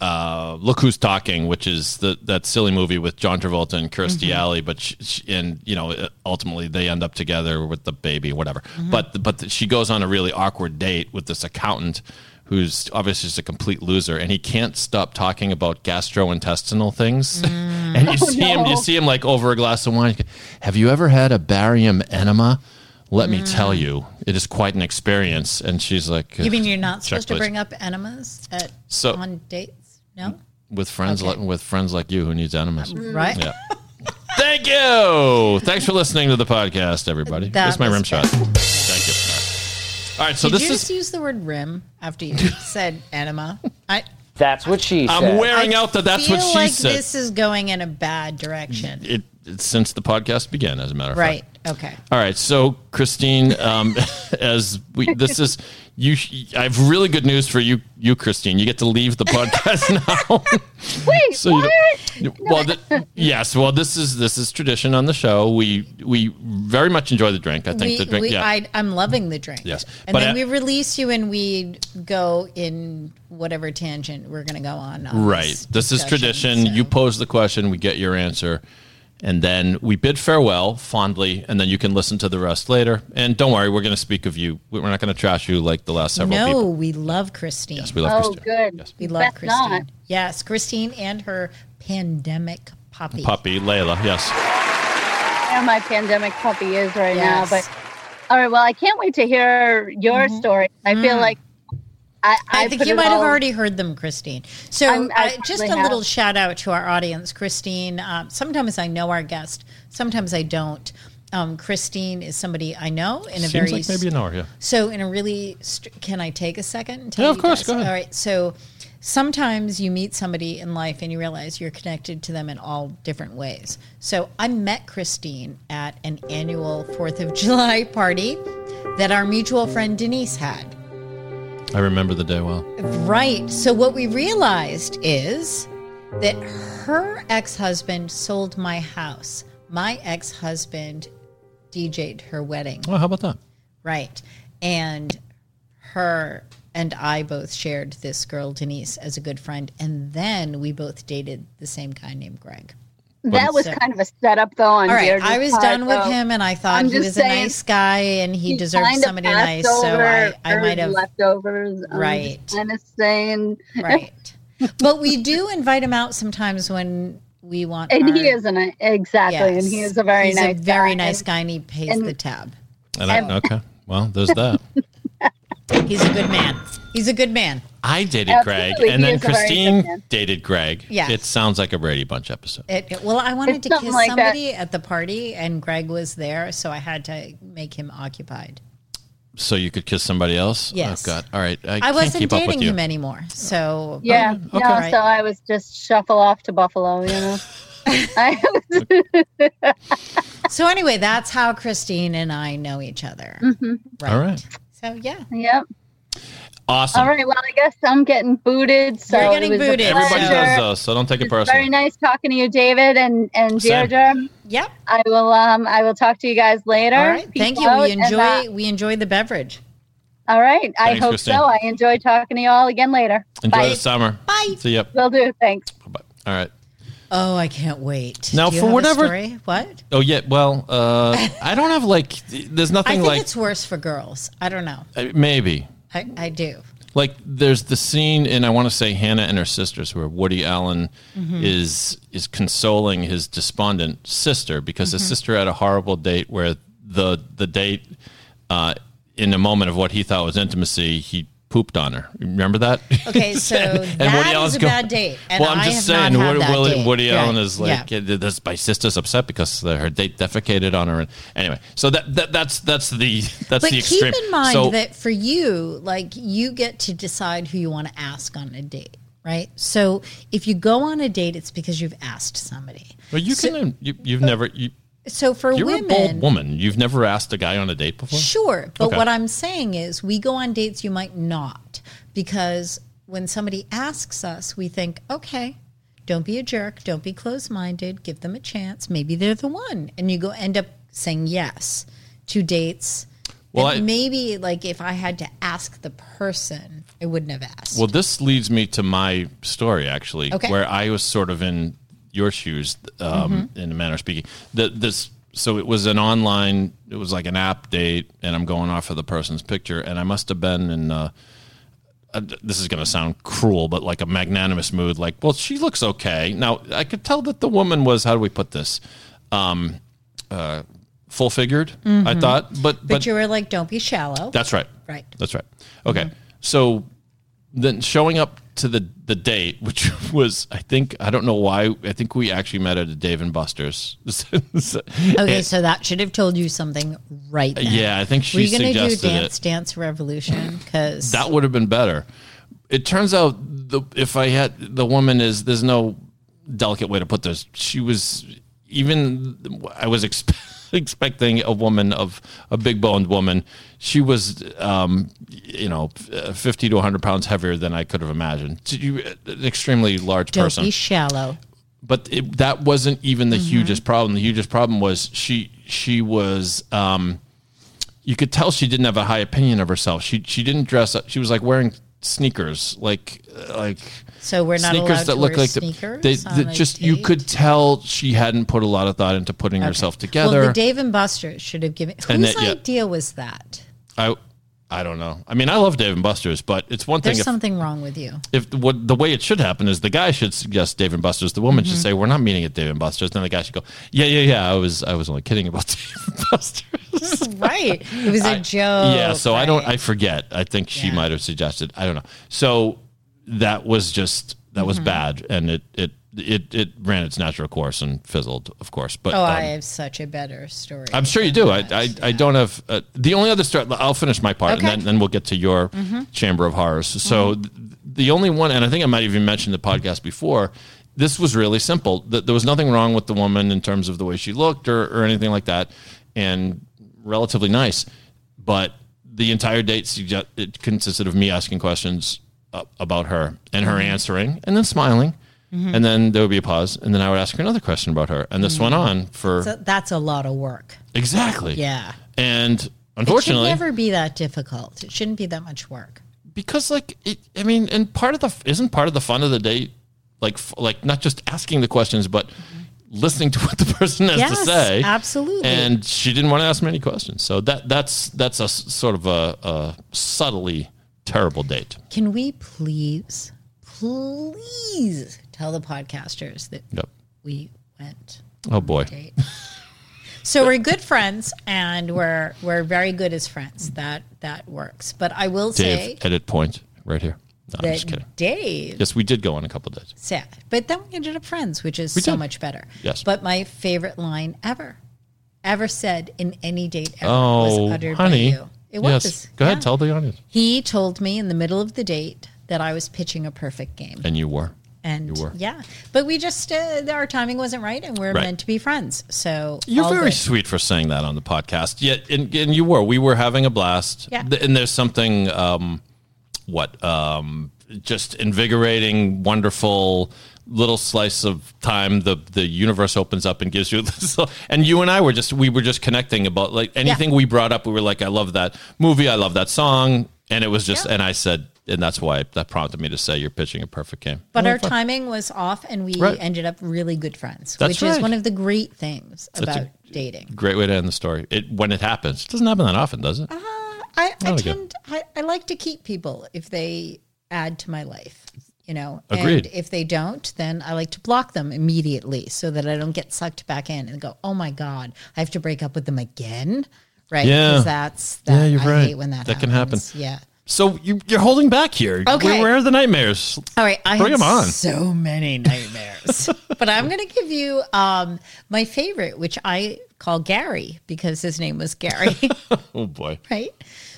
C: uh, "Look Who's Talking," which is the, that silly movie with John Travolta and Kirstie
E: Mm-hmm.
C: Alley. But she, she, and you know, ultimately they end up together with the baby, whatever.
E: Mm-hmm.
C: But but she goes on a really awkward date with this accountant. Who's obviously just a complete loser, and he can't stop talking about gastrointestinal things. and you see him, you
E: Mm. Oh, no.
C: see him like over a glass of wine. Have you ever had a barium enema? Let
E: Mm.
C: me tell you, it is quite an experience. And she's like,
D: You mean you're not supposed to
C: please.
D: bring up enemas at
C: So-
D: on dates? No,
C: with friends
D: Okay.
C: like with friends like you who needs enemas.
D: right?
C: Mm. Yeah. Thank you. Thanks for listening to the podcast, everybody.
D: That
C: That's my
D: was
C: rim shot.
D: good.
C: Thank you. All right, so
D: Did you
C: this
D: just
C: is
D: use the word rim after you said enema? I
F: That's what she said.
C: I'm wearing out that that's
D: feel
C: what she
D: like
C: said.
D: this is going in a bad direction.
C: it, it's since the podcast began, as a matter of fact.
D: Right. Okay.
C: All right, so Christine, um, as we this is you, I have really good news for you, you Christine. You get to leave the podcast now.
E: wait
C: So you
E: what?
C: don't- well, th- yes. Well, this is this is tradition on the show. We we very much enjoy the drink. I think
D: We,
C: the drink.
D: we,
C: yeah.
D: I, I'm loving the drink.
C: Yes.
D: And
C: But
D: then
C: I-
D: we release you and we go in whatever tangent we're going to go on. on
C: Right. This is
D: discussion,
C: tradition.
D: so-
C: You pose the question, we get your answer, And then we bid farewell fondly, and then you can listen to the rest later. And don't worry, we're going to speak of you. We're not going to trash you like the last several
D: no,
C: people.
D: we love Christine.
C: Yes, we love
E: Oh,
C: Christine.
E: good.
C: Yes.
D: we love
E: Best
D: Christine.
E: not.
D: Yes, Christine and her pandemic puppy.
C: Puppy, Layla, yes.
E: where my pandemic puppy is right
D: Yes. Mm-hmm.
E: now. But all right, well, I can't wait to hear your story. I feel like I,
D: Mm. I,
E: I,
D: think
E: put
D: you
E: it
D: might have
E: all-
D: already heard them, Christine. So,
E: I'm- I
D: uh, just a
E: probably have.
D: little shout out to our audience, Christine. Um, sometimes I know our guest, sometimes I don't. Um, Christine is somebody I know in a
C: Seems
D: very
C: like maybe an hour, yeah.
D: So, in a really, st- can I take a second? And tell
C: Yeah, of
D: you
C: course,
D: guys?
C: go ahead.
D: All right. So, sometimes you meet somebody in life and you realize you're connected to them in all different ways. So, I met Christine at an annual Fourth of July party that our mutual friend Denise had.
C: I remember the day well.
D: Right. So, what we realized is that her ex husband sold my house. My ex husband DJ'd her wedding.
C: Well, how about that?
D: Right. And her and I both shared this girl, Denise, as a good friend. And then we both dated the same guy named Greg.
E: That was kind of a setup, though. On
D: All right.
E: Deirdre's
D: I was
E: part,
D: done with
E: though.
D: him and I thought
E: I'm
D: he
E: just
D: was a
E: saying,
D: nice guy and he, deserved
E: kind of
D: somebody nice.
E: passed
D: So I,
E: over
D: I
E: her
D: might have.
E: leftovers. I'm
D: Right.
E: kind of saying,
D: Right. but we do invite him out sometimes when we want
E: and
D: our-
E: he is an exactly, and he
D: Yes.
E: is a very
D: He's
E: nice,
D: a very
E: guy.
D: nice
E: And
D: guy and he pays the tab.
C: And I, okay. Well, there's that.
D: He's a good man. He's a good man.
C: I dated
E: Absolutely,
C: Greg, and
E: he
C: then
E: is a very good
C: Christine
E: man.
C: dated Greg.
D: Yes.
C: It sounds like a Brady Bunch episode.
D: It, it- well, I wanted
E: It's
D: to
E: something
D: kiss
E: like that.
D: somebody at the party, and Greg was there, so I had to make him occupied.
C: So you could kiss somebody else?
D: Yes.
C: Oh, God. All right. I,
D: I
C: can't
D: wasn't
C: keep up
D: dating
C: with you.
D: him anymore, so
E: Yeah,
C: okay.
E: no.
D: Oh, Right.
E: So I was just shuffle off to Buffalo, you know. I was,
D: so anyway, that's how Christine and I know each other.
E: Mm-hmm.
D: Right.
C: All right.
D: So yeah,
E: yep.
C: Awesome.
E: All right. Well, I guess I'm getting booted. So
D: You're
E: it
D: getting
E: was a
D: booted,
C: Everybody uh,
D: so-
E: pleasure.
C: does, though, so don't take it
E: It's Very
C: personally.
E: nice talking to you, David and and
C: Same.
E: Deirdre.
D: yep.
E: I will um I will talk to you guys later.
D: All right.
E: Peace
D: Thank you.
E: out,
D: We
E: and,
D: enjoy.
E: uh,
D: we enjoy the beverage.
E: all right. I
C: Thanks,
E: hope
C: Christine.
E: so. I enjoy talking to you all again later.
C: Enjoy
E: Bye.
C: the summer.
D: Bye.
C: See ya.
E: Will do. Thanks.
C: Bye. All right.
D: Oh, I can't wait.
C: Now,
D: Do you
C: for
D: have a
C: whatever-
D: story? what
C: Oh, yeah. Well, uh, I don't have like, there's
D: I
C: nothing
D: think
C: like,
D: it's worse for girls. I don't know.
C: uh, maybe.
D: I, I do.
C: like there's the scene in I want to say Hannah and her sisters where Woody Allen is is consoling his despondent sister because his sister had a horrible date where the the date uh, in a moment of what he thought was intimacy he pooped on her. Remember that?
D: Okay, so that is a bad date, and
C: well, I'm
D: I
C: just
D: have not
C: saying,
D: had
C: Woody,
D: that
C: Woody,
D: date.
C: Woody
D: Right,
C: Allen is like,
D: yeah.
C: "Yeah, this, my sister's upset because the, her date defecated on her. And anyway, so that, that that's that's the that's
D: But
C: the
D: keep
C: extreme.
D: in mind
C: So-
D: that for you, like you get to decide who you want to ask on a date, right? So if you go on a date, it's because you've asked somebody.
C: well, you can you, you've never you,
D: So for
C: You're
D: women,
C: a bold woman. You've never asked a guy on a date before.
D: sure. But
C: Okay.
D: what I'm saying is, we go on dates you might not because when somebody asks us, we think, okay. Don't be a jerk. Don't be closed minded. Give them a chance. Maybe they're the one. And you go end up saying yes to dates.
C: Well,
D: that
C: I-
D: maybe like if I had to ask the person, I wouldn't have asked.
C: Well, this leads me to my story actually,
D: Okay.
C: where I was sort of in your shoes, um,
D: Mm-hmm.
C: in a manner of speaking. The, this so it was an online, it was like an app date, and I'm going off of the person's picture, and I must have been in. Uh, uh, this is going to sound cruel, but like a magnanimous mood, like, well, she looks okay. Now, I could tell that the woman was, how do we put this? Um, uh, full figured, I
D: Mm-hmm.
C: thought, but,
D: but, you were like, don't be shallow.
C: That's right.
D: Right.
C: That's right. Okay. So then showing up to the the date, which was I think I don't know why I think we actually met at a Dave and Buster's.
D: okay,
C: And-
D: so that should have told you something right then.
C: Uh, yeah, I think
D: Were
C: she
D: you going to do
C: suggested
D: Dance
C: it.
D: Dance Revolution? Because
C: That would have been better. It turns out the if I had the woman is there's no delicate way to put this. She was even I was expe- expecting a woman of a big boned woman. She was um, you know f- fifty to hundred pounds heavier than I could have imagined. She- you- An extremely large
D: don't
C: person
D: be shallow.
C: but it, that wasn't even the
D: Mm-hmm.
C: hugest problem. The hugest problem was she she was um, you could tell she didn't have a high opinion of herself. She she didn't dress up. She was like wearing sneakers, like uh, like
D: So we're not allowed
C: sneakers
D: to
C: that look
D: wear
C: like the,
D: sneakers.
C: they,
D: on
C: they
D: a
C: just you
D: date?
C: could tell she hadn't put a lot of thought into putting herself together.
D: Well, the Dave and Buster's should have given.
C: And
D: Whose
C: that- yeah.
D: idea was that?
C: I I don't know. I mean, I love Dave and Buster's, but it's one thing
D: There's
C: if,
D: something wrong with you.
C: if what the way it should happen is the guy should suggest Dave and Buster's, the woman
D: Mm-hmm.
C: should say we're not meeting at Dave and Buster's. Then the guy should go, yeah, yeah, yeah. I was I was only kidding about Dave and Buster's.
D: right. It was a
C: I-
D: joke.
C: Yeah, so I don't.
D: right?
C: I forget. I think she
D: Yeah.
C: might have suggested. I don't know. So that was just that
D: Mm-hmm.
C: was bad, and it it it it ran its natural course and fizzled, of course. But
D: oh,
C: um,
D: I have such a better story.
C: I'm sure you do. I, I, I don't have uh, the only other story. I'll finish my part,
D: Okay. Mm-hmm.
C: and then, then we'll get to your Chamber of Horrors. So th- the only one, and I think I might have even mentioned the podcast before. This was really simple. Th- There was nothing wrong with the woman in terms of the way she looked or, or anything like that, and relatively nice. But the entire date sugge- it consisted of me asking questions uh, about her and her
D: Mm-hmm.
C: answering, and then smiling. And then there would be a pause, and then I would ask her another question about her, and this went on for
D: So Mm-hmm. that's a lot of work.
C: exactly,
D: Yeah.
C: and
D: It should
C: unfortunately,
D: never be that difficult. It shouldn't be that much work.
C: because like it, I mean, and part of the isn't part of the fun of the date, like f- like not just asking the questions, but listening to what the person has to
D: Yes,
C: say.
D: absolutely.
C: And she didn't want to ask me any questions, so that that's that's a s- sort of a, a subtly terrible date.
D: Can we please, please tell the podcasters that
C: Yep.
D: we went?
C: Oh boy.
D: date. so we're good friends and we're we're very good as friends. That that works. But I will say
C: Dave, edit point right here. No, I'm just kidding.
D: that Dave
C: Yes, we did go on a couple dates.
D: said, but then we ended up friends, which is so
C: did.
D: much better.
C: Yes.
D: But my favorite line ever, ever said in any date ever
C: Oh,
D: was uttered
C: honey.
D: by you. It
C: yes.
D: was.
C: Go ahead,
D: yeah.
C: tell the audience.
D: He told me in the middle of the date that I was pitching a perfect game.
C: And you were.
D: And
C: you were.
D: yeah, but we just, uh, our timing wasn't right and we're
C: Right.
D: meant to be friends. So
C: You're
D: all
C: very
D: good.
C: sweet for saying that on the podcast. Yet, and, and you were. We were having a blast.
D: Yeah.
C: Th- And there's something, um, what, um, just invigorating, wonderful little slice of time. The the universe opens up and gives you. This, and you and I were just we were just connecting about like anything we brought up. We were like, I love that movie. I love that song. And it was just.
D: Yeah.
C: And I said, and that's why that prompted me to say, you're pitching a perfect game.
D: But
C: Oh,
D: our
C: fun.
D: timing was off, and we
C: Right.
D: ended up really good friends,
C: That's
D: which
C: right.
D: is one of the great things
C: a-
D: about dating.
C: Great way to end the story. It when it happens. It doesn't happen that often, does it?
D: Uh, I, I
C: okay.
D: tend, I, I like to keep people if they add to my life, you know.
C: Agreed.
D: And if they don't, then I like to block them immediately so that I don't get sucked back in and go, oh my god, I have to break up with them again, right? 'Cause
C: Yeah.
D: that's that,
C: Yeah, you're
D: I
C: right.
D: hate when that
C: That can
D: happens.
C: happen.
D: Yeah.
C: So you, you're holding back here.
D: Okay.
C: Where, where are the nightmares?
D: All right, I
C: Bring
D: had
C: 'em on.
D: so many nightmares, but I'm going to give you um, my favorite, which I call Gary because his name was Gary,
C: Oh boy.
D: right?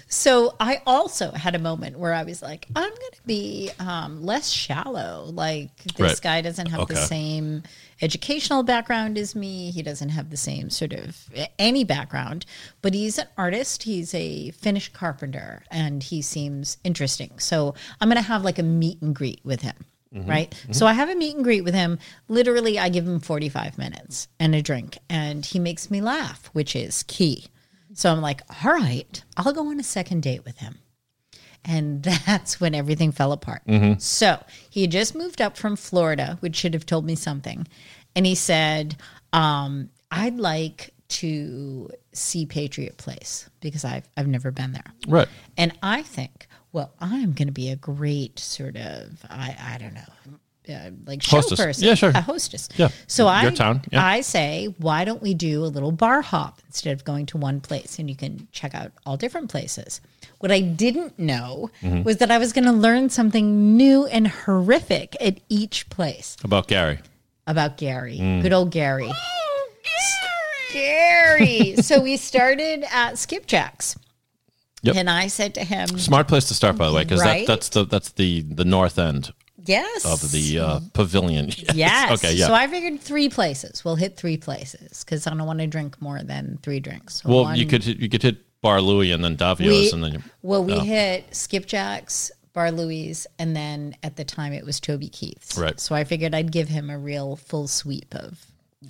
D: So I also had a moment where I was like, I'm going to be um, less shallow. Like this
C: Right.
D: guy doesn't have the
C: Okay.
D: same educational background as me. He doesn't have the same sort of any background, but he's an artist. He's a Finnish carpenter, and he seems interesting. So I'm going to have like a meet and greet with him. Right. So I have a meet and greet with him. Literally, I give him 45 minutes and a drink, and he makes me laugh, which is key. So I'm like, all right, I'll go on a second date with him. And that's when everything fell apart. So he had just moved up from Florida, which should have told me something. And he said, um, I'd like to see Patriot Place because I've, I've never been there.
C: Right.
D: And I think, well, I'm going to be a great sort of, I, I don't know, uh, like show
C: Hostess.
D: person.
C: Yeah, sure.
D: A hostess.
C: Yeah.
D: So
C: Your
D: I,
C: town. Yeah.
D: I say, why don't we do a little bar hop instead of going to one place and you can check out all different places. What I didn't know
C: Mm-hmm.
D: was that I was going to learn something new and horrific at each place
C: About Gary.
D: about Gary.
C: Mm.
D: Good old Gary. Gary. so we started at Skipjack's.
C: Yep.
D: And I said to him,
C: Smart place to start, by the way, because
D: Right?
C: that's the that's the the north end
D: yes.
C: of the uh, pavilion. Yes.
D: Yes.
C: Okay. Yeah.
D: So I figured three places. We'll hit three places because I don't want to drink more than three drinks. So
C: well,
D: one-
C: you could hit- you could hit Bar Louie and then Davio's
D: We-
C: and then you, Oh.
D: Well, we hit Skipjack's, Bar Louie's, and then at the time it was Toby Keith's.
C: Right.
D: So I figured I'd give him a real full sweep of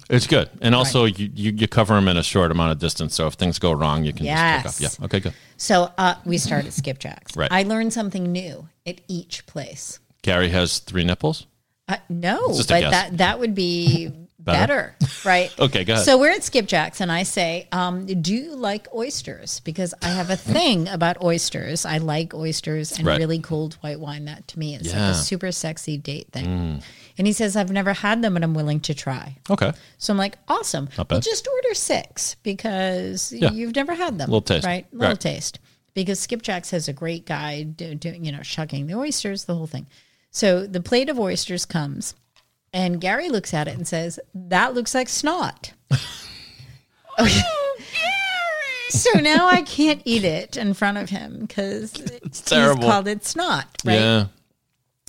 C: It's good, and also you, you you cover them in a short amount of distance. So if things go wrong, you can just pick
D: Yes.
C: up. Yeah. Okay. Good.
D: So uh, we start at skipjacks.
C: Right.
D: I learned something new at each place.
C: Carrie has three nipples.
D: Uh, no,
C: It's
D: but
C: just a guess.
D: that that would be better, right?
C: Okay, go ahead.
D: So we're at Skipjacks, and I say, um, "Do you like oysters?" Because I have a thing about oysters. I like oysters and
C: Right.
D: really cold white wine. That to me is
C: Yeah. Mm.
D: like a super sexy date thing. And he says, "I've never had them, and I'm willing to try."
C: Okay.
D: So I'm like, "Awesome!
C: Not
D: Well,
C: bad.
D: just order six because you've never had them.
C: Little taste.
D: right? Little
C: Right.
D: taste." Because Skipjacks has a great guy, do, do, you know, shucking the oysters, the whole thing. So the plate of oysters comes, and Gary looks at it and says, That looks like snot. Okay. so now I can't eat it in front of him because he's
C: terrible.
D: called it snot, right?
C: Yeah.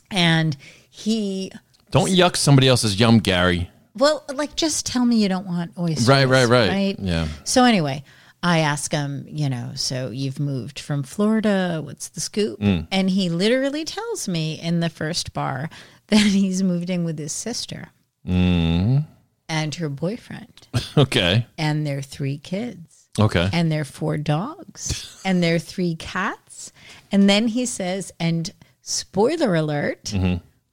D: And he,
C: Don't yuck somebody else's yum, Gary.
D: well, like, just tell me you don't want oysters.
C: Right, right, right. Yeah.
D: So anyway, I ask him, you know, so you've moved from Florida. What's the scoop? And he literally tells me in the first bar that he's moved in with his sister and her boyfriend
C: Okay.
D: and their three kids
C: Okay.
D: and their four dogs and their three cats. And then he says, and spoiler alert,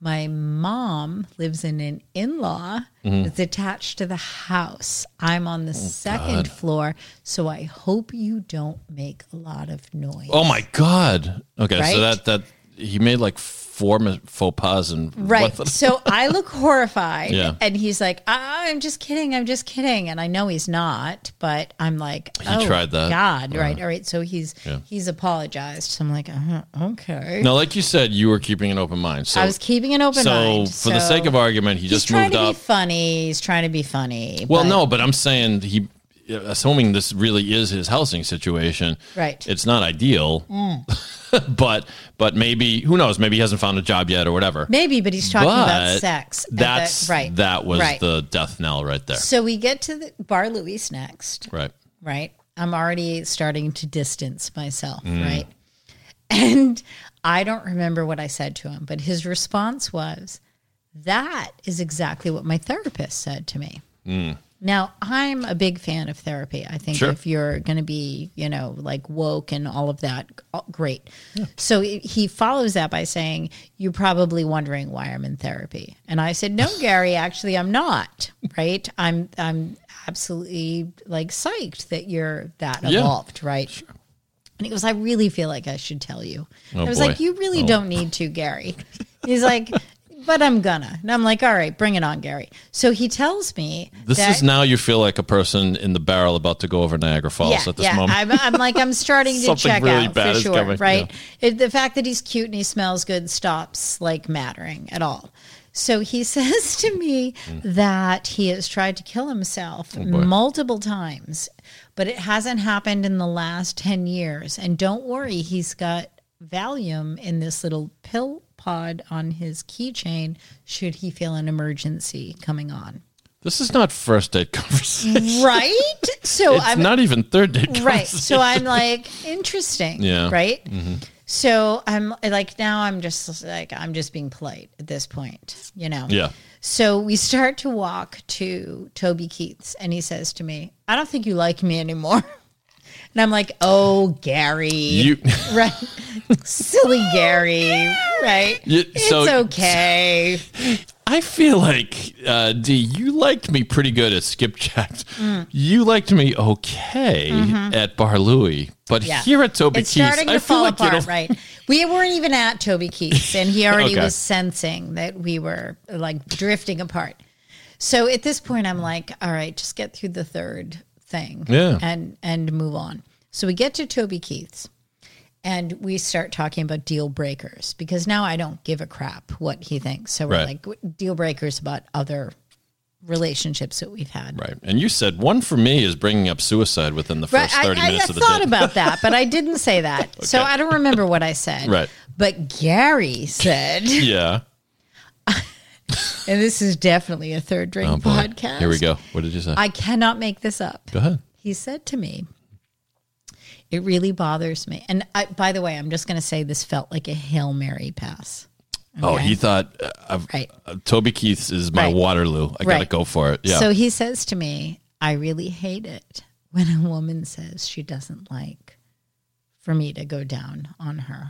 D: my mom lives in an in law that's attached to the house. I'm on the second floor, so I hope you don't make a lot of noise.
C: oh my God. Okay.
D: Right?
C: So that that he made like four mi- faux pas and
D: Right.
C: what the-
D: so I look horrified.
C: Yeah.
D: And he's like, "Ah, I'm just kidding. I'm just kidding. And I know he's not, but I'm like, oh,
C: tried that. Uh-huh.
D: God. Right. All right. So he's he's apologized. So I'm like, uh okay.
C: Now, like you said, you were keeping an open mind. So
D: I was keeping an open
C: so
D: mind.
C: for the sake of argument, he
D: he's
C: just
D: trying
C: moved
D: to
C: up.
D: be funny. He's trying to be funny.
C: Well,
D: but-
C: no, but I'm saying he, assuming this really is his housing situation.
D: Right. Mm.
C: It's not ideal, but but maybe who knows? Maybe he hasn't found a job yet or whatever.
D: maybe, but he's talking
C: But
D: about sex. And
C: That's
D: that, right.
C: That was
D: right.
C: the death knell right there.
D: So we get to the Bar Luis next.
C: Right.
D: right? I'm already starting to distance myself,
C: Mm.
D: right? And I don't remember what I said to him, but his response was, That is exactly what my therapist said to me. Now, I'm a big fan of therapy. I think
C: Mm. Sure.
D: if you're going to be, you know, like woke and all of that, g- great. So he- he follows that by saying, You're probably wondering why I'm in therapy. And I said, No, Gary, actually, I'm not. Right. I'm, I'm absolutely like psyched that you're that
C: Yeah.
D: evolved. Right. And he goes, I really feel like I should tell you.
C: Oh,
D: I was
C: boy.
D: like, You really don't need to, Gary. He's like, But I'm gonna. And I'm like, All right, bring it on, Gary. So he tells me
C: This
D: that-
C: is now you feel like a person in the barrel about to go over Niagara Falls at this moment.
D: I'm, I'm like, I'm starting to
C: Something
D: check
C: really
D: out
C: bad
D: for
C: is
D: sure,
C: coming,
D: right? It, the fact that he's cute and he smells good stops like mattering at all. So he says to me
C: Mm.
D: that he has tried to kill himself
C: Oh,
D: multiple times, but it hasn't happened in the last 10 years. And don't worry, he's got Valium in this little pill pod on his keychain should he feel an emergency coming on.
C: this is not first date conversation.
D: Right? So
C: It's
D: I'm
C: not even third date conversation.
D: right so i'm like interesting
C: Yeah. Mm-hmm.
D: right so i'm like now i'm just like i'm just being polite at this point you know
C: Yeah.
D: so we start to walk to toby keith's and he says to me i don't think you like me anymore and i'm like oh gary
C: You.
D: right silly gary right
C: You-
D: it's
C: so-
D: okay
C: I feel like, uh, D, you liked me pretty good at skipjack.
D: Mm.
C: You liked me okay at Bar Louie, but
D: Mm-hmm. Yeah.
C: here at Toby
D: it's
C: Keith's,
D: starting to
C: I feel
D: fall
C: like you
D: apart,
C: don't.
D: right? We weren't even at Toby Keith's, and he already
C: Okay.
D: was sensing that we were like drifting apart. So at this point, I'm like, all right, just get through the third thing,
C: Yeah.
D: and and move on. So we get to Toby Keith's, and we start talking about deal breakers because now I don't give a crap what he thinks. So we're
C: Right.
D: like w- deal breakers about other relationships that we've had.
C: Right. And you said one for me is bringing up suicide within the first 30
D: I, I,
C: minutes
D: I
C: of the
D: thought
C: date.
D: about that, but I didn't say that. So I don't remember what I said.
C: Right.
D: But Gary said, and
C: yeah.
D: this is definitely a third drink
C: Oh, boy.
D: podcast.
C: Here we go. What did you say?
D: I cannot make this up.
C: go ahead.
D: He said to me, it really bothers me. And I, by the way, I'm just going to say this felt like a Hail Mary pass.
C: Oh,
D: Okay.
C: he thought uh, I've-
D: Right.
C: uh, Toby Keith is my
D: Right.
C: Waterloo. I gotta
D: Right.
C: go for it. Yeah.
D: So he says to me, I really hate it when a woman says she doesn't like for me to go down on her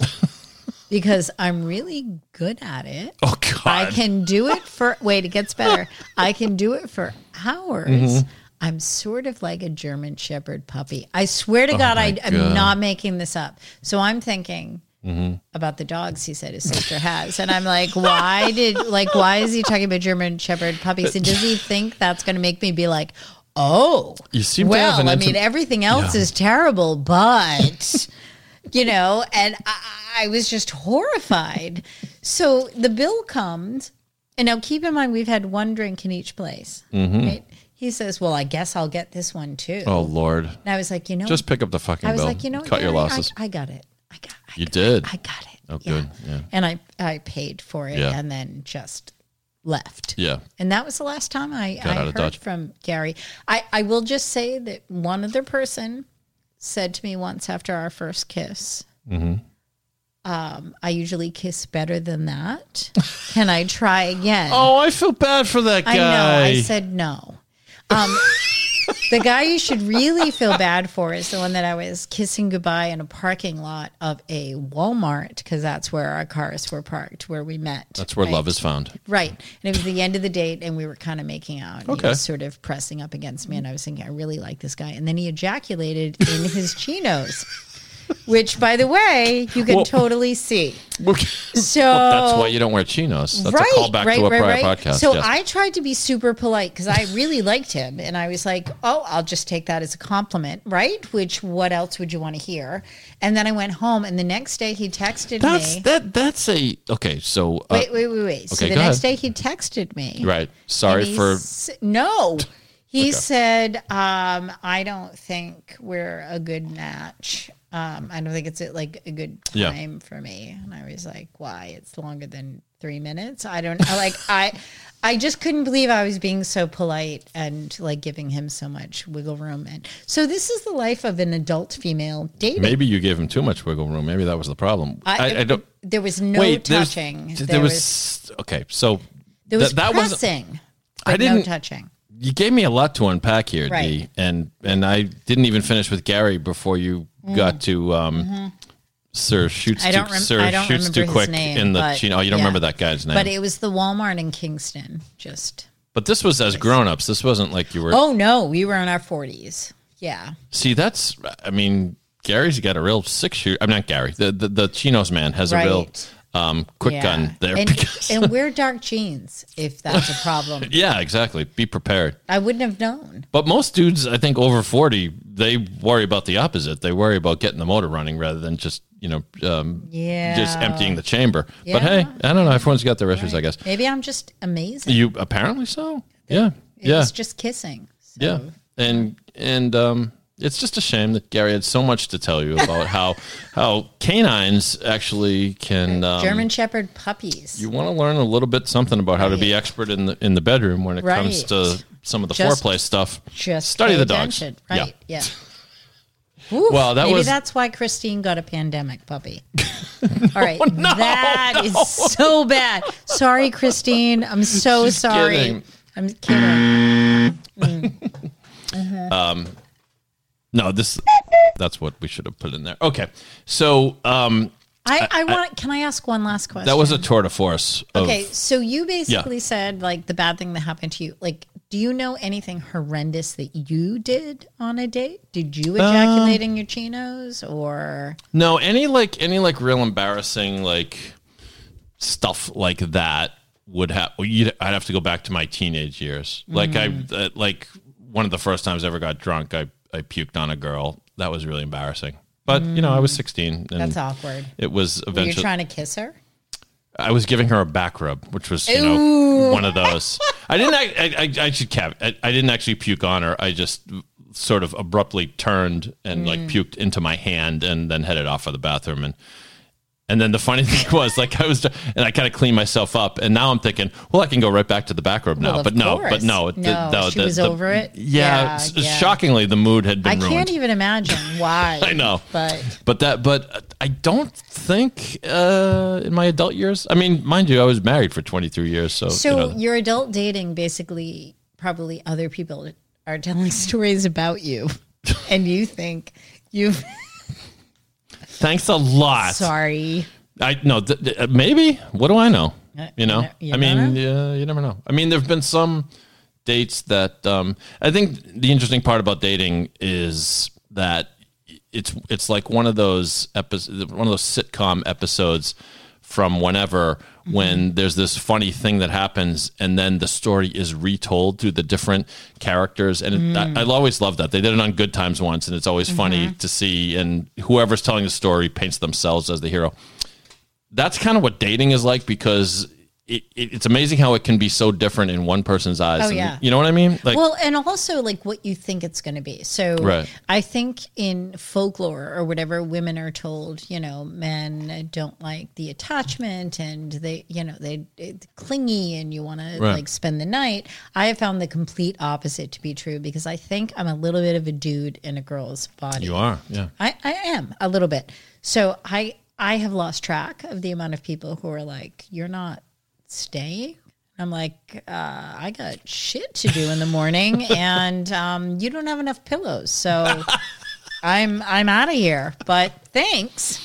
D: because I'm really good at it.
C: oh
D: I
C: God.
D: can do it for, wait, it gets better. I can do it for hours.
C: Mm-hmm.
D: I'm sort of like a German Shepherd puppy. I swear to God, I,
C: Oh my God. Mm-hmm.
D: I'm not making this up. So I'm thinking, about the dogs he said his sister has. And I'm like, why did like why is he talking about German Shepherd puppies? And does he think that's gonna make me be like, oh
C: You seem to have
D: well,
C: an
D: I mean
C: intim-
D: everything else is terrible, but you know, and I, I was just horrified. So the bill comes, and now keep in mind we've had one drink in each place. Right? He says, Well, I guess I'll get this one too.
C: Mm-hmm. oh Lord.
D: And I was like, you know
C: Just pick up the fucking
D: Um, I was
C: bill.
D: like, you know, what,
C: cut your
D: Gary? I-
C: losses.
D: I, got it. I got. I
C: You
D: got-
C: did.
D: I got it.
C: Oh, good. Yeah.
D: And I I paid for it
C: Yeah.
D: and then just left.
C: yeah.
D: And that was the last time I, I
C: out of
D: heard
C: Dodge.
D: from Gary. I, I will just say that one other person said to me once after our first kiss,
C: Mm-hmm.
D: um, I usually kiss better than that. Can I try again?
C: Oh, I feel bad for that guy.
D: I know. I said no. Um, the guy you should really feel bad for is the one that I was kissing goodbye in a parking lot of a Walmart because that's where our cars were parked, where we met.
C: That's where
D: right?
C: love is found.
D: Right. And it was the end of the date, and we were kind of making out. And
C: Okay.
D: He was sort of pressing up against me, and I was thinking, I really like this guy. And then he ejaculated in his chinos, which, by the way, you can
C: Well-
D: totally see.
C: That's
D: So
C: why you don't wear chinos. That's a callback to a prior podcast.
D: So
C: yes.
D: I tried to be super polite because I really liked him, and I was like, "Oh, I'll just take that as a compliment, right?" Which, what else would you want to hear? And then I went home, and the next day he texted
C: that's
D: me.
C: that. That's a okay. So uh,
D: wait, wait, wait, wait. so
C: okay,
D: the
C: go
D: next
C: ahead.
D: day he texted me.
C: right.
D: and
C: Sorry
D: he
C: for
D: s- no. He said, um, "I don't think we're a good match. Um, I don't think it's like a good
C: Yeah.
D: time for me." And I was like, "Why? It's longer than three minutes. I don't know. Like I, I just couldn't believe I was being so polite and like giving him so much wiggle room. And so this is the life of an adult female dating.
C: maybe you gave him too much wiggle room. Maybe that was the problem. I, I, don't.
D: There was no
C: wait, there's-
D: touching.
C: There, was okay. So
D: there was
C: th- that wasn't-
D: pressing.
C: I
D: but no
C: didn't-
D: touching.
C: you gave me a lot to unpack here, D,
D: Right.
C: and and I didn't even finish with Gary before you got to um, Sir shoots.
D: Mm. Mm-hmm. I don't
C: too,
D: rem-
C: Sir
D: I don't
C: shoots
D: remember
C: too
D: his
C: quick
D: name,
C: in the
D: but-
C: chino. Oh, you don't
D: yeah.
C: remember that guy's name.
D: But it was the Walmart in Kingston. Just
C: But this was as grown ups. This wasn't like you were.
D: oh no, we were in our forties. Yeah,
C: See, that's. I mean, Gary's got a real six shooter. I'm not Gary. The, the the Chinos man has a real
D: Right.
C: um, quick
D: yeah.
C: gun there.
D: and,
C: because-
D: and wear dark jeans if that's a problem.
C: yeah, exactly. Be prepared.
D: I wouldn't have known.
C: But most dudes, I think, over forty, they worry about the opposite. They worry about getting the motor running rather than just you know um,
D: Yeah,
C: just emptying the chamber. But
D: Yeah.
C: hey, I don't know. Everyone's got their issues, I guess.
D: Maybe I'm just amazing.
C: You apparently so. Yeah.
D: It
C: yeah.
D: was just kissing. So-
C: Yeah, and and um, it's just a shame that Gary had so much to tell you about how how canines actually can. Um,
D: German Shepherd puppies.
C: You want to learn a little bit something about how to be expert in the in the bedroom when it comes
D: Right.
C: to some of the
D: Just-
C: foreplay stuff.
D: just
C: study
D: pay
C: the dogs.
D: attention,
C: Yeah.
D: Right. Yeah. Oof,
C: Well, that
D: maybe
C: was-
D: that's why Christine got a pandemic puppy. All
C: Oh,
D: right, that is so bad. Sorry, Christine. I'm so
C: She's
D: sorry.
C: kidding.
D: I'm kidding.
C: No, this that's what we should have put in there. Okay, so um,
D: I, I want. Can I ask one last question?
C: that was a tour de force. Of,
D: okay. So you basically said like the bad thing that happened to you. Like, do you know anything horrendous that you did on a date? Did
C: Um,
D: you ejaculate in your chinos or?
C: No, any like any like real embarrassing like stuff like that would have. I'd have to go back to my teenage years. Like
D: Mm.
C: I uh, like one of the first times I ever got drunk, I I puked on a girl. That was really embarrassing. But you know, I was sixteen, and
D: Mm. That's awkward.
C: it was
D: Were you
C: eventually.
D: trying to kiss her?
C: I was giving her a back rub, which was you know one of those. I didn't. act- I, I, I should cap. I, I didn't actually puke on her. I just sort of abruptly turned and like
D: Mm.
C: puked into my hand, and then headed off for the bathroom. And and then the funny thing was, like I was, and I kind of cleaned myself up, and now I'm thinking, well, I can go right back to the back rub now.
D: Well, of
C: but no, but
D: course.
C: no, it-
D: No, she was over it?
C: Yeah,
D: Yeah,
C: s-
D: yeah.
C: shockingly, the mood had
D: I
C: been ruined.
D: can't even imagine why.
C: I know.
D: But
C: But that, but I don't think uh, in my adult years. I mean, mind you, I was married for 23 years, so,
D: So
C: you know,
D: your adult dating basically probably other people are telling stories about you, and you think you've
C: thanks a lot.
D: sorry.
C: I no, th- th- uh, maybe. What do I know?
D: Uh,
C: You know,
D: you
C: I
D: don't
C: mean, yeah, you never know. I mean, there have been some dates that um, I think the interesting part about dating is that it's it's like one of those episodes, one of those sitcom episodes from whenever
D: Mm-hmm.
C: when there's this funny thing that happens and then the story is retold through the different characters and it,
D: Mm.
C: I, I always love that they did it on good times once and it's always funny
D: Mm-hmm.
C: to see and whoever's telling the story paints themselves as the hero that's kind of what dating is like because it, it, it's amazing how it can be so different in one person's eyes.
D: Oh,
C: And
D: yeah.
C: You know what I mean? Like,
D: Well, and also like what you think it's going to be. So
C: Right.
D: I think in folklore or whatever, women are told, you know, men don't like the attachment and they, you know, they it's clingy and you want to
C: Right.
D: like spend the night. I have found the complete opposite to be true because I think I'm a little bit of a dude in a girl's body.
C: you are. Yeah.
D: I, I am a little bit. So I I have lost track of the amount of people who are like, "You're not staying." I'm like, uh, I got shit to do in the morning, and um, you don't have enough pillows, so I'm I'm out of here. But thanks,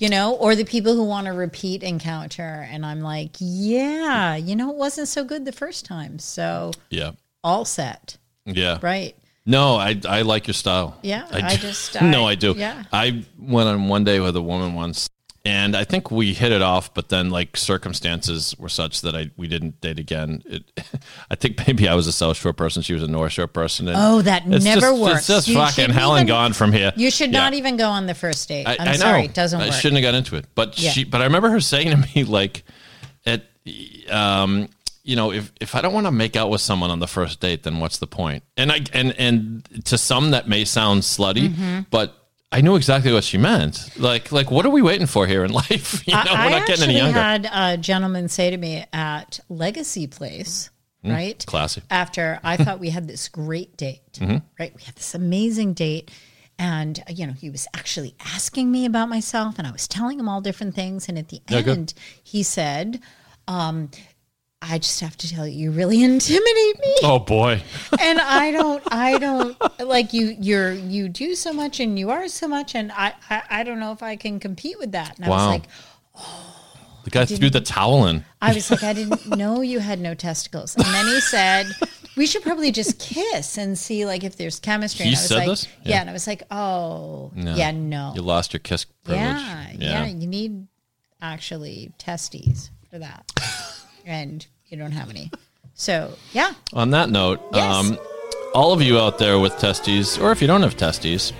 D: you know. Or the people who want to repeat encounter, and I'm like, yeah, you know, it wasn't so good the first time, so
C: Yeah.
D: all set,
C: Yeah.
D: right?
C: No, I, I like your style.
D: Yeah, I just-
C: no,
D: I-
C: I do.
D: yeah.
C: I went on one day with a woman once and I think we hit it off, but then like circumstances were such that I, we didn't date again. It, I think maybe I was a South Shore person. She was a North Shore person. And
D: Oh, that
C: it's
D: never
C: just,
D: works.
C: It's just
D: You
C: fucking
D: shouldn't
C: hell and
D: even-
C: gone from here.
D: You should
C: Yeah.
D: not even go on the first date. I, am
C: I
D: sorry, it doesn't
C: I
D: work.
C: shouldn't have got into it, but
D: Yeah.
C: she. But I remember her saying to me like, "At, um, you know, if if I don't want to make out with someone on the first date, then what's the point?" And I and and to some that may sound slutty,
D: Mm-hmm.
C: but. I knew exactly what she meant. Like, like, what are we waiting for here in life? You know,
D: I, I
C: we're not
D: actually
C: getting any younger.
D: had a gentleman say to me at Legacy Place,
C: Hmm.
D: right?
C: Classy.
D: After I
C: hmm.
D: thought we had this great date,
C: Mm-hmm.
D: right? We had this amazing date. And, uh, you know, he was actually asking me about myself and I was telling him all different things. And at the
C: Yeah, good.
D: end, he said, um, I just have to tell you, you really intimidate me
C: oh boy,
D: and I don't, I don't like you. You're you do so much and you are so much, and I, I, I don't know if I can compete with that. And I
C: Wow.
D: was like,
C: the guy threw the towel in.
D: I was like, I didn't know you had no testicles. And then he said, we should probably just kiss and see like if there's chemistry.
C: He
D: and I was
C: said
D: like,
C: this?
D: Yeah.
C: Yeah.
D: and I was like, oh, yeah, no,
C: You lost your kiss privilege.
D: yeah, yeah, you need actually testes for that, and you don't have any. So yeah,
C: On that note,
D: Yes.
C: um, all of you out there with testes, or if you don't have testes,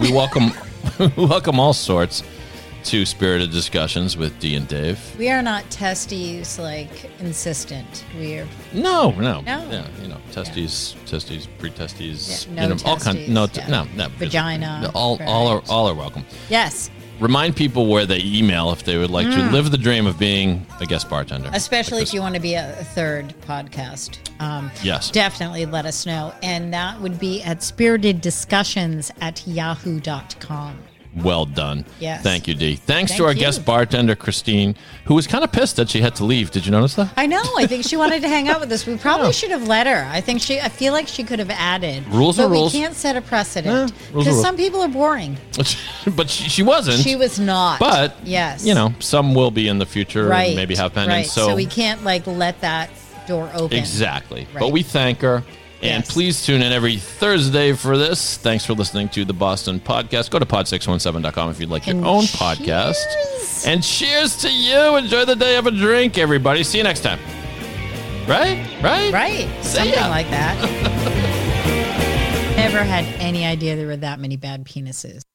C: we welcome we welcome all sorts to spirited discussions with D and Dave.
D: we are not testes like insistent. We are
C: No, no,
D: No.
C: yeah, you know, testes, testes, pre-testes,
D: Yeah, no
C: you know, all kind,
D: testes,
C: no, t-
D: yeah.
C: no, no,
D: Vagina,
C: all, all are
D: right.
C: all are welcome.
D: Yes,
C: Remind people where they email if they would like to live the dream of being a guest bartender,
D: Mm. especially
C: Like
D: if you want to be a, a third podcast. Um,
C: Yes.
D: Definitely let us know. And that would be at spiriteddiscussions at yahoo.com.
C: Well done.
D: Yes.
C: Thank you, D. Thanks to
D: Thank
C: our
D: you.
C: guest bartender, Christine, who was kind of pissed that she had to leave. Did you notice that?
D: I know. I think she wanted to hang out with us. We probably should have let her. I think she, I feel like she could have added.
C: Rules
D: but
C: are rules.
D: we can't set a precedent.
C: Eh, rules are
D: Because
C: rules.
D: some people are boring.
C: but she, she wasn't.
D: She was not.
C: But
D: yes.
C: you know, some will be in the future.
D: right.
C: And maybe have been.
D: Right.
C: And so,
D: we can't like let that door open.
C: exactly.
D: Right.
C: But we thank her. And
D: Yes.
C: please tune in every Thursday for this. Thanks for listening to the Boston Podcast. Go to pod617.com if you'd like your
D: And
C: own podcast. And cheers to you. Enjoy the day. Have a drink, everybody. See you next time. Right? Right?
D: Right.
C: See
D: Something
C: ya.
D: like that. Never had any idea there were that many bad penises.